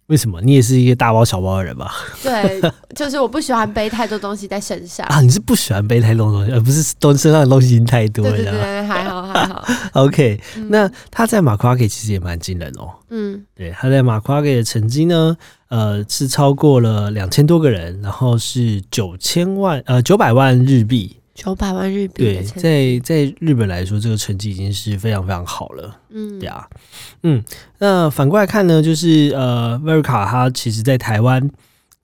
[SPEAKER 1] 为什么？你也是一个大包小包的人吧？
[SPEAKER 2] 啊对，就是我不喜欢背太多东西在身上。
[SPEAKER 1] 啊，你是不喜欢背太多东西，呃而不是东身上的东西已经太多
[SPEAKER 2] 对
[SPEAKER 1] 了。
[SPEAKER 2] 对对对，还好还 好。
[SPEAKER 1] OK，、
[SPEAKER 2] 嗯
[SPEAKER 1] 那他在马夸给其实也蛮惊人哦。
[SPEAKER 2] 嗯，
[SPEAKER 1] 对，他在马夸给的成绩呢，呃，是超过了两千多个人，然后是九千万呃九百万日币。
[SPEAKER 2] 九百万日币
[SPEAKER 1] 对，
[SPEAKER 2] 的钱，
[SPEAKER 1] 在在日本来说，这个成绩已经是非常非常好了。
[SPEAKER 2] 嗯
[SPEAKER 1] 对，啊，嗯，那反过来看呢，就是呃，Verica 它其实在台湾，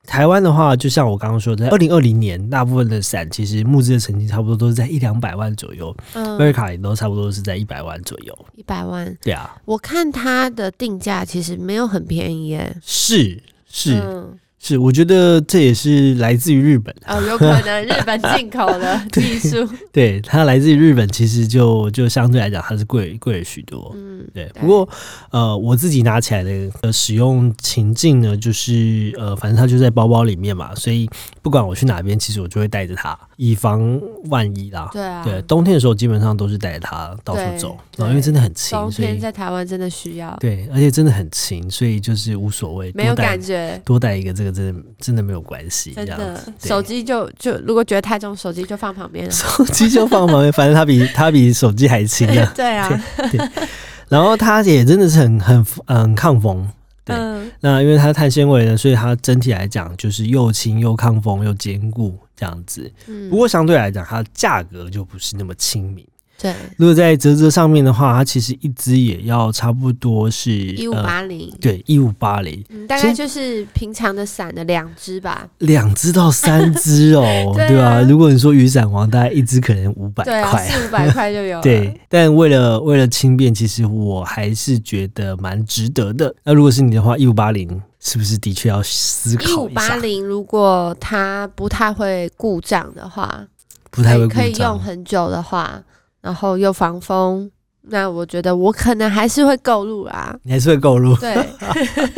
[SPEAKER 1] 台湾的话，就像我刚刚说的，二零二零年大部分的伞其实募资的成绩差不多都是在一两百万左右、v e r i
[SPEAKER 2] 嗯，
[SPEAKER 1] c a 也都差不多是在一百万左右。
[SPEAKER 2] 一百万，
[SPEAKER 1] 对啊，
[SPEAKER 2] 我看它的定价其实没有很便宜耶。
[SPEAKER 1] 是是、
[SPEAKER 2] 嗯
[SPEAKER 1] 是，我觉得这也是来自于日本，
[SPEAKER 2] 哦，有可能日本进口的技术，
[SPEAKER 1] 对它来自于日本，其实就就相对来讲它是贵贵了许多。
[SPEAKER 2] 嗯，
[SPEAKER 1] 对，不过呃，我自己拿起来的呃使用情境呢，就是呃，反正它就在包包里面嘛，所以不管我去哪边，其实我就会带着它，以防万一啦。
[SPEAKER 2] 对啊，
[SPEAKER 1] 对，冬天的时候基本上都是带着它到处
[SPEAKER 2] 对
[SPEAKER 1] 走，
[SPEAKER 2] 对
[SPEAKER 1] 然后因为真的很轻，
[SPEAKER 2] 冬
[SPEAKER 1] 所
[SPEAKER 2] 天
[SPEAKER 1] 以
[SPEAKER 2] 在台湾真的需要，
[SPEAKER 1] 对，而且真的很轻，所以就是无所谓，
[SPEAKER 2] 没有
[SPEAKER 1] 多带
[SPEAKER 2] 感觉。
[SPEAKER 1] 多带一个这个真的真的没有关系，这
[SPEAKER 2] 真
[SPEAKER 1] 样子
[SPEAKER 2] 的，
[SPEAKER 1] 对
[SPEAKER 2] 手机就就如果觉得太重，手机就放旁边了。
[SPEAKER 1] 手机就放旁边，反正它比它比手机还轻 啊。
[SPEAKER 2] 对啊，
[SPEAKER 1] 然后它也真的是很很嗯抗风， 对
[SPEAKER 2] 嗯，
[SPEAKER 1] 那因为它碳纤维呢，所以它整体来讲就是又轻又抗风又坚固这样子。
[SPEAKER 2] 嗯
[SPEAKER 1] 不过相对来讲，它的价格就不是那么亲民。
[SPEAKER 2] 对，
[SPEAKER 1] 如果在折折上面的话，它其实一只也要差不多是
[SPEAKER 2] 一五
[SPEAKER 1] 呃
[SPEAKER 2] 八零，
[SPEAKER 1] 对一五八零，
[SPEAKER 2] 嗯，大
[SPEAKER 1] 其
[SPEAKER 2] 概
[SPEAKER 1] 实
[SPEAKER 2] 就是平常的伞的两只吧。，
[SPEAKER 1] 两只到三只哦
[SPEAKER 2] 对啊
[SPEAKER 1] 对吧？如果你说雨伞王，大概一只可能五百
[SPEAKER 2] 对啊，
[SPEAKER 1] 块。
[SPEAKER 2] 四五百块就有了。
[SPEAKER 1] 对，但为了为了轻便，其实我还是觉得蛮值得的。那如果是你的话，一五八零是不是的确要思
[SPEAKER 2] 一
[SPEAKER 1] 考
[SPEAKER 2] 五
[SPEAKER 1] 一
[SPEAKER 2] 八
[SPEAKER 1] 下？
[SPEAKER 2] 零，如果它不太会故障的话，
[SPEAKER 1] 不太会
[SPEAKER 2] 可以
[SPEAKER 1] 故
[SPEAKER 2] 可以用
[SPEAKER 1] 障。
[SPEAKER 2] 很久的话，然后又防风，那我觉得我可能还是会购入啦。
[SPEAKER 1] 你还是会购入
[SPEAKER 2] 对，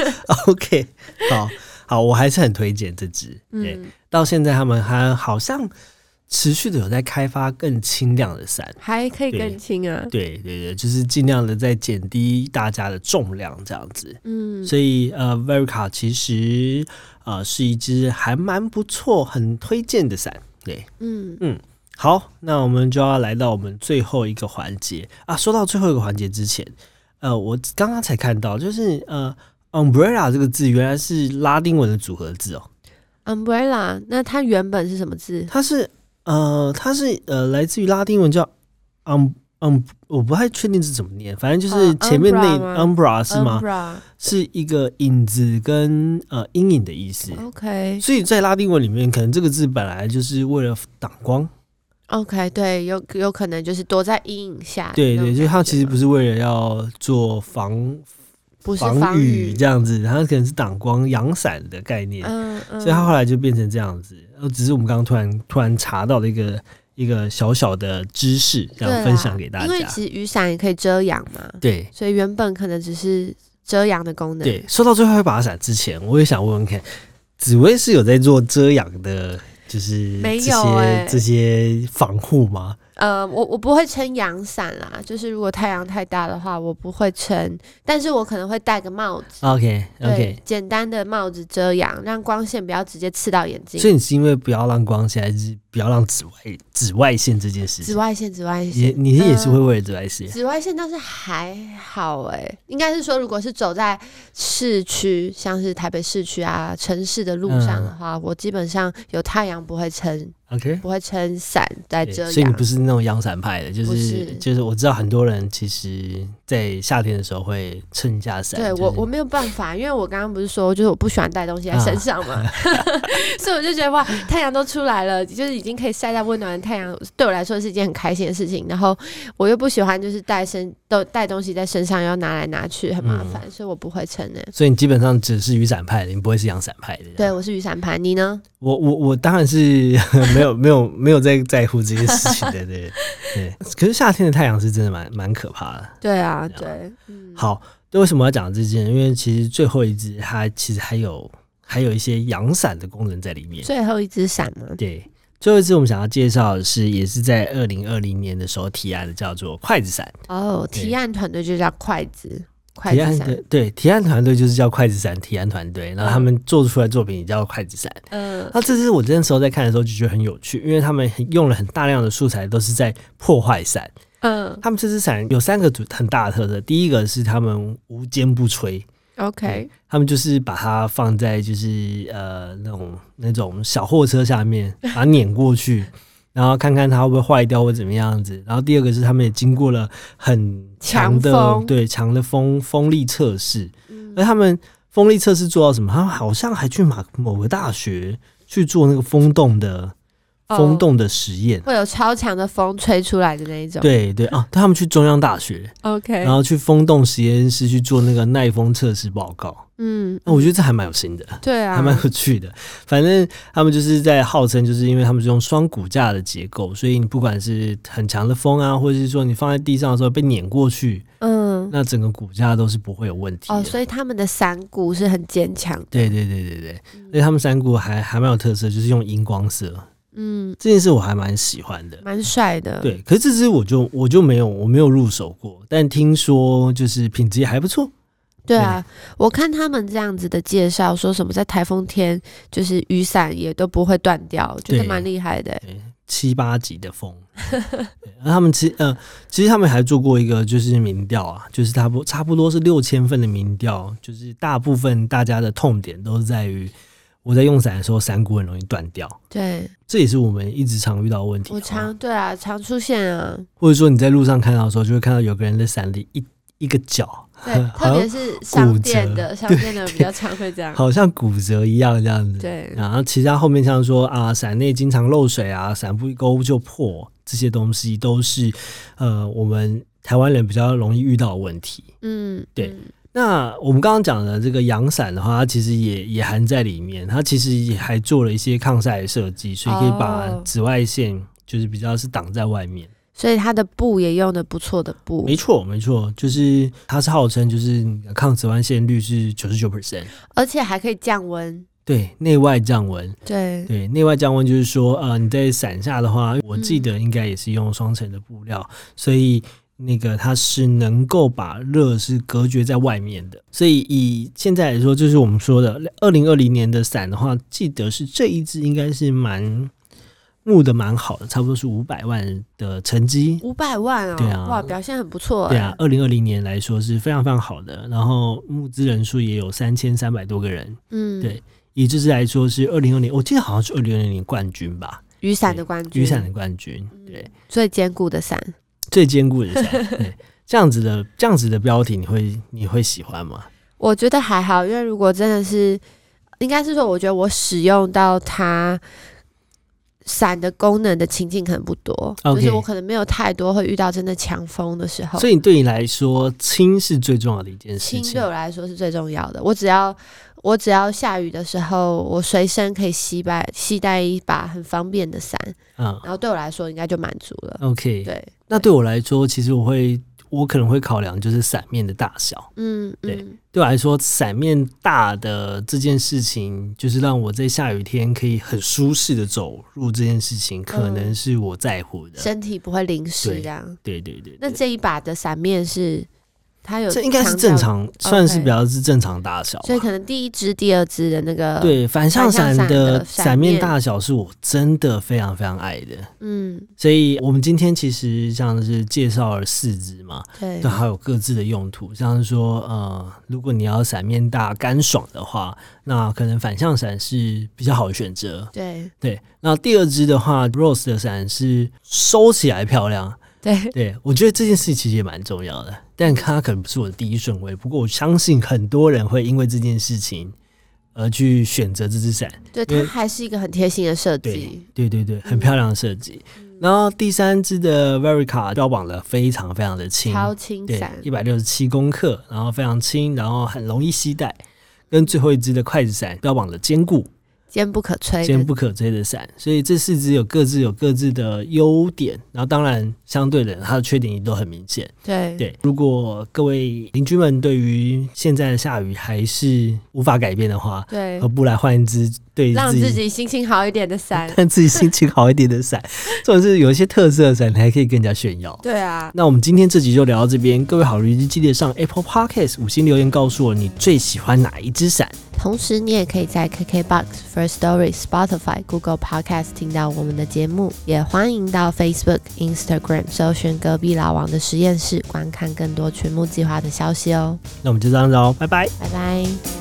[SPEAKER 1] ，OK，好好，我还是很推荐这支。对，
[SPEAKER 2] 嗯，
[SPEAKER 1] 到现在他们还好像持续的有在开发更轻量的伞。
[SPEAKER 2] 还可以
[SPEAKER 1] 对
[SPEAKER 2] 更轻啊。
[SPEAKER 1] 对对对，就是尽量的在减低大家的重量这样子。
[SPEAKER 2] 嗯，
[SPEAKER 1] 所以呃，Verica 其实呃是一支还蛮不错、很推荐的伞。对，
[SPEAKER 2] 嗯，
[SPEAKER 1] 好，那我们就要来到我们最后一个环节啊。说到最后一个环节之前，呃，我刚刚才看到，就是呃，umbrella 这个字原来是拉丁文的组合字哦，
[SPEAKER 2] 嗯 umbrella，那它原本是什么字？
[SPEAKER 1] 它是呃，它是呃，来自于拉丁文叫 um 嗯，我不太确定是怎么念，反正就是前面那
[SPEAKER 2] 呃
[SPEAKER 1] 啊 umbra 是吗？
[SPEAKER 2] ？Umbra，OK，、
[SPEAKER 1] 是一个影子跟呃阴影的意思。所以在拉丁文里面，可能这个字本来就是为了挡光，
[SPEAKER 2] OK，对，有有可能就是躲在阴影下。
[SPEAKER 1] 对对，就是它其实不
[SPEAKER 2] 是
[SPEAKER 1] 是为了要做防
[SPEAKER 2] 不是
[SPEAKER 1] 防
[SPEAKER 2] 雨
[SPEAKER 1] 雨这样子，它可能是挡光阳伞的概念，
[SPEAKER 2] 嗯嗯，
[SPEAKER 1] 所以它后来就变成这样子。呃，只是我们刚刚突然突然查到的一个一个小小的知识，这
[SPEAKER 2] 对
[SPEAKER 1] 样
[SPEAKER 2] 啦
[SPEAKER 1] 分享给大
[SPEAKER 2] 因为
[SPEAKER 1] 家。
[SPEAKER 2] 其实雨伞也可以遮阳嘛，
[SPEAKER 1] 对
[SPEAKER 2] 所以原本可能只是遮阳的功能。
[SPEAKER 1] 对，说到最后一把伞之前，我也想问问看，紫薇是有在做遮阳的，就是
[SPEAKER 2] 没
[SPEAKER 1] 这
[SPEAKER 2] 有
[SPEAKER 1] 些、
[SPEAKER 2] 欸
[SPEAKER 1] 这些防护吗？
[SPEAKER 2] 呃，我我不会撑阳伞啦，就是如果太阳太大的话，我不会撑，但是我可能会戴个帽子。
[SPEAKER 1] OK
[SPEAKER 2] 对
[SPEAKER 1] OK，
[SPEAKER 2] 简单的帽子遮阳，让光线不要直接刺到眼睛
[SPEAKER 1] 所。以你是因为不要让光线，还是不要让紫外紫外线这件事
[SPEAKER 2] 紫
[SPEAKER 1] 情？
[SPEAKER 2] 外线，紫外
[SPEAKER 1] 也
[SPEAKER 2] 线，
[SPEAKER 1] 你也是
[SPEAKER 2] 嗯
[SPEAKER 1] 会为了紫外线？
[SPEAKER 2] 紫外线倒是还好哎、应该是说，如果是走在市区，像是台北市区啊、城市的路上的
[SPEAKER 1] 嗯
[SPEAKER 2] 话，我基本上有太阳不会撑，
[SPEAKER 1] OK，
[SPEAKER 2] 不会撑伞在
[SPEAKER 1] 对
[SPEAKER 2] 遮
[SPEAKER 1] 所以你
[SPEAKER 2] 阳
[SPEAKER 1] 不。是那种阳伞派的，就
[SPEAKER 2] 不
[SPEAKER 1] 是
[SPEAKER 2] 是
[SPEAKER 1] 就是我知道很多人其实，在夏天的时候会撑一下伞。
[SPEAKER 2] 对
[SPEAKER 1] 就是
[SPEAKER 2] 我我没有办法，因为我刚刚不是说，就是我不喜欢带东
[SPEAKER 1] 啊
[SPEAKER 2] 西在身上嘛， 所以我就觉得哇，太阳都出来了，就是已经可以晒到温暖的太阳，对我来说是一件很开心的事情。然后我又不喜欢就是带身都带东西在身上要拿来拿去，很麻烦，
[SPEAKER 1] 嗯
[SPEAKER 2] 所以我不会撑诶、
[SPEAKER 1] 所以你基本上只是雨伞派的，你不会是阳伞派的。
[SPEAKER 2] 对，，我是雨伞盘，你呢？
[SPEAKER 1] 我我我当然是 没有没有没有在在乎这些事情 的，对对。可是夏天的太阳是真的蛮蛮可怕的。
[SPEAKER 2] 对啊，
[SPEAKER 1] 这样
[SPEAKER 2] 对，嗯，
[SPEAKER 1] 好，那为什么要讲这件？因为其实最后一只它其实还有还有一些阳伞的功能在里面。
[SPEAKER 2] 最后一只伞嘛，
[SPEAKER 1] 对，最后一只我们想要介绍的是，也是在二零二零年的时候提案的，叫做筷子伞。
[SPEAKER 2] 哦，
[SPEAKER 1] 对
[SPEAKER 2] 提案团队就叫筷子，筷
[SPEAKER 1] 提案
[SPEAKER 2] 子
[SPEAKER 1] 的
[SPEAKER 2] 伞，
[SPEAKER 1] 对提案团队就是叫筷子伞提案团队，然后他们做出来作品也叫筷子伞。
[SPEAKER 2] 嗯，
[SPEAKER 1] 那这次我那时候在看的时候就觉得很有趣，因为他们很用了很大量的素材都是在破坏伞。
[SPEAKER 2] 嗯
[SPEAKER 1] 他们这支伞有三个主很大的特色，第一个是他们无坚不摧，
[SPEAKER 2] ，OK，
[SPEAKER 1] 他们就是把它放在就是呃那种那种小货车下 面，把它碾过去，然后看看它会不会坏掉或怎么样子。然后第二个是他们也经过了很强的
[SPEAKER 2] 强风
[SPEAKER 1] 对强的风风力测试，
[SPEAKER 2] 嗯
[SPEAKER 1] 而他们风力测试做到什么？他们好像还去某某个大学去做那个风洞的
[SPEAKER 2] 哦
[SPEAKER 1] 风洞的实验。
[SPEAKER 2] 会有超强的风吹出来的那一种，
[SPEAKER 1] 对对啊，他们去中央大学，
[SPEAKER 2] ，OK，
[SPEAKER 1] 然后去风洞实验室去做那个耐风测试报告。
[SPEAKER 2] 嗯，
[SPEAKER 1] 那我觉得这还蛮有心的。
[SPEAKER 2] 对啊
[SPEAKER 1] 还，蛮有趣的。反正他们就是在号称，就是因为他们是用双骨架的结构，所以你不管是很强的风啊，或者是说你放在地上的时候被碾过去，
[SPEAKER 2] 嗯，
[SPEAKER 1] 那整个骨架都是不会有问题的。
[SPEAKER 2] 哦，所以他们的伞骨是很坚强，
[SPEAKER 1] 对对对对对，而且他们山谷还还蛮有特色，就是用荧光色
[SPEAKER 2] 嗯，
[SPEAKER 1] 这件事，我还蛮喜欢的。
[SPEAKER 2] 蛮帅的，，
[SPEAKER 1] 对，可是这支我就我就没有我没有入手过，但听说就是品质也还不错。
[SPEAKER 2] 对啊，我看他们这样子的介绍，说什么在台风天就是雨伞也都不会断掉，觉得
[SPEAKER 1] 对
[SPEAKER 2] 蛮厉害的欸，
[SPEAKER 1] 七八级的风。 对那他们其呃，其实他们还做过一个就是民调啊，就是差不差不多是六千份的民调，就是大部分大家的痛点都是在于我在用伞的时候，伞骨很容易断掉，
[SPEAKER 2] 对
[SPEAKER 1] 这也是我们一直常遇到的问题。
[SPEAKER 2] 我
[SPEAKER 1] 好吗
[SPEAKER 2] 常对啊，常出现啊，
[SPEAKER 1] 或者说你在路上看到的时候，就会看到有个人的伞里一一个角，
[SPEAKER 2] 对，特
[SPEAKER 1] 好
[SPEAKER 2] 别
[SPEAKER 1] 像
[SPEAKER 2] 是商
[SPEAKER 1] 骨
[SPEAKER 2] 店
[SPEAKER 1] 折
[SPEAKER 2] 的，商店的比较常会这样。
[SPEAKER 1] 好像骨折一样这样子。
[SPEAKER 2] 对，嗯
[SPEAKER 1] 然后其他后面像说啊，伞内经常漏水啊，伞不一勾就破，这些东西都是呃我们台湾人比较容易遇到的问题。
[SPEAKER 2] 嗯，
[SPEAKER 1] 对
[SPEAKER 2] 嗯，
[SPEAKER 1] 那我们刚刚讲的这个阳伞的话，它其实也也含在里面，它其实也还做了一些抗晒的设计，所以可以把
[SPEAKER 2] 哦
[SPEAKER 1] 紫外线就是比较是挡在外面。
[SPEAKER 2] 所以它的布也用的不错的布
[SPEAKER 1] 没，错，没错，就是它是号称就是抗紫外线率是九十九 percent，
[SPEAKER 2] 而且还可以降温。
[SPEAKER 1] 对，内外降温。
[SPEAKER 2] 对，
[SPEAKER 1] 对，内外降温就是说，呃，你在伞下的话，我记得应该也是用双层的布料，所以呃那个它是能够把热是隔绝在外面的。所以以现在来说，就是我们说的呃二零二零年的伞的话，记得是这一支应该是蛮募的蛮好的，差不多是五百万的成绩。
[SPEAKER 2] 五百万哦，
[SPEAKER 1] 对啊
[SPEAKER 2] 哇，表现很不错。
[SPEAKER 1] 对啊，，二零二零年来说是非常非常好的，然后募资人数也有三千三百多个人。
[SPEAKER 2] 嗯，
[SPEAKER 1] 对以这支来说是二零二零，我记得好像是二零二零年冠军吧。
[SPEAKER 2] 雨伞的冠军，
[SPEAKER 1] 雨伞的冠军，
[SPEAKER 2] 嗯
[SPEAKER 1] 对
[SPEAKER 2] 最坚固的伞。
[SPEAKER 1] 最坚固的伞。 对，这样子的这样子的标题，你会你会喜欢吗？
[SPEAKER 2] 我觉得还好，因为如果真的是，应该是说，我觉得我使用到它伞的功能的情境可能不多
[SPEAKER 1] OK
[SPEAKER 2] 就是我可能没有太多会遇到真的强风的时候，
[SPEAKER 1] 所以对你来说，轻是最重要的一件事
[SPEAKER 2] 轻
[SPEAKER 1] 情
[SPEAKER 2] 对。我来说是最重要的。我只要我只要下雨的时候，我随身可以携带携带一把很方便的伞，
[SPEAKER 1] 嗯
[SPEAKER 2] 然后对我来说应该就满足了。
[SPEAKER 1] ，OK。
[SPEAKER 2] 对，
[SPEAKER 1] 那对我来说，其实我会，我可能会考量就是伞面的大小。
[SPEAKER 2] 嗯，
[SPEAKER 1] 对
[SPEAKER 2] 嗯
[SPEAKER 1] 对我来说，伞面大的这件事情，就是让我在下雨天可以很舒适的走路这件事情，可
[SPEAKER 2] 嗯
[SPEAKER 1] 能是我在乎的。
[SPEAKER 2] 身体不会淋湿
[SPEAKER 1] 对
[SPEAKER 2] 这样。
[SPEAKER 1] 对对对对
[SPEAKER 2] 那这一把的伞面是它有
[SPEAKER 1] 这应该是正，常，算是比较是正常大小吧。
[SPEAKER 2] 所以可能第一支、第二支的那个，
[SPEAKER 1] 对反向伞
[SPEAKER 2] 反向伞
[SPEAKER 1] 的
[SPEAKER 2] 的
[SPEAKER 1] 伞
[SPEAKER 2] 伞面
[SPEAKER 1] 面大小是我真的非常非常爱的，
[SPEAKER 2] 嗯，
[SPEAKER 1] 所以我们今天其实像是介绍了四支嘛，
[SPEAKER 2] 对
[SPEAKER 1] 对，，还有各自的用途，像是说呃，如果你要伞面大干爽的话，那可能反向伞是比较好的选择。
[SPEAKER 2] 对，
[SPEAKER 1] 对，那第二支的话，Rose 的伞是收起来漂亮，
[SPEAKER 2] 对，
[SPEAKER 1] 对，我觉得这件事其实也蛮重要的，但它可能不是我的第一顺位。不过我相信很多人会因为这件事情而去选择这只伞。
[SPEAKER 2] 对，
[SPEAKER 1] 因为
[SPEAKER 2] 它还是一个很贴心的设
[SPEAKER 1] 对
[SPEAKER 2] 计，，嗯
[SPEAKER 1] 对对对，很漂亮的设计。然后第三支的 Verica 标榜的非常非常的轻，
[SPEAKER 2] 超轻
[SPEAKER 1] 对
[SPEAKER 2] 伞，，
[SPEAKER 1] 一百六十七公克，然后非常轻，然后很容易携带。跟最后一支的筷子伞标榜了坚固、
[SPEAKER 2] 坚不可摧
[SPEAKER 1] 坚
[SPEAKER 2] 的，
[SPEAKER 1] 不可摧的伞，所以这四支有各自有各自的优点，然后当然相对的它的缺点也都很明显。
[SPEAKER 2] 对，
[SPEAKER 1] 对，如果各位邻居们对于现在的下雨还是无法改变的话，
[SPEAKER 2] 对
[SPEAKER 1] 何，不来换一支对
[SPEAKER 2] 让
[SPEAKER 1] 自
[SPEAKER 2] 自
[SPEAKER 1] 己，
[SPEAKER 2] 己心情好一点的伞
[SPEAKER 1] 让 自己心情好一点的伞？或者是有一些特色的伞，你还可以更加炫耀。
[SPEAKER 2] 对啊，
[SPEAKER 1] 那我们今天这集就聊到这边，各位好邻居记得上 Apple Podcast 五星留言告诉我你最喜欢哪一支伞。
[SPEAKER 2] 同时你也可以在 KKBox、First Story、Spotify、Google Podcast 听到我们的节目，也欢迎到 Facebook、Instagram 搜寻隔壁老王的实验室，观看更多群目计划的消息哦，
[SPEAKER 1] 那我们就这样子哦，拜拜。
[SPEAKER 2] 拜拜。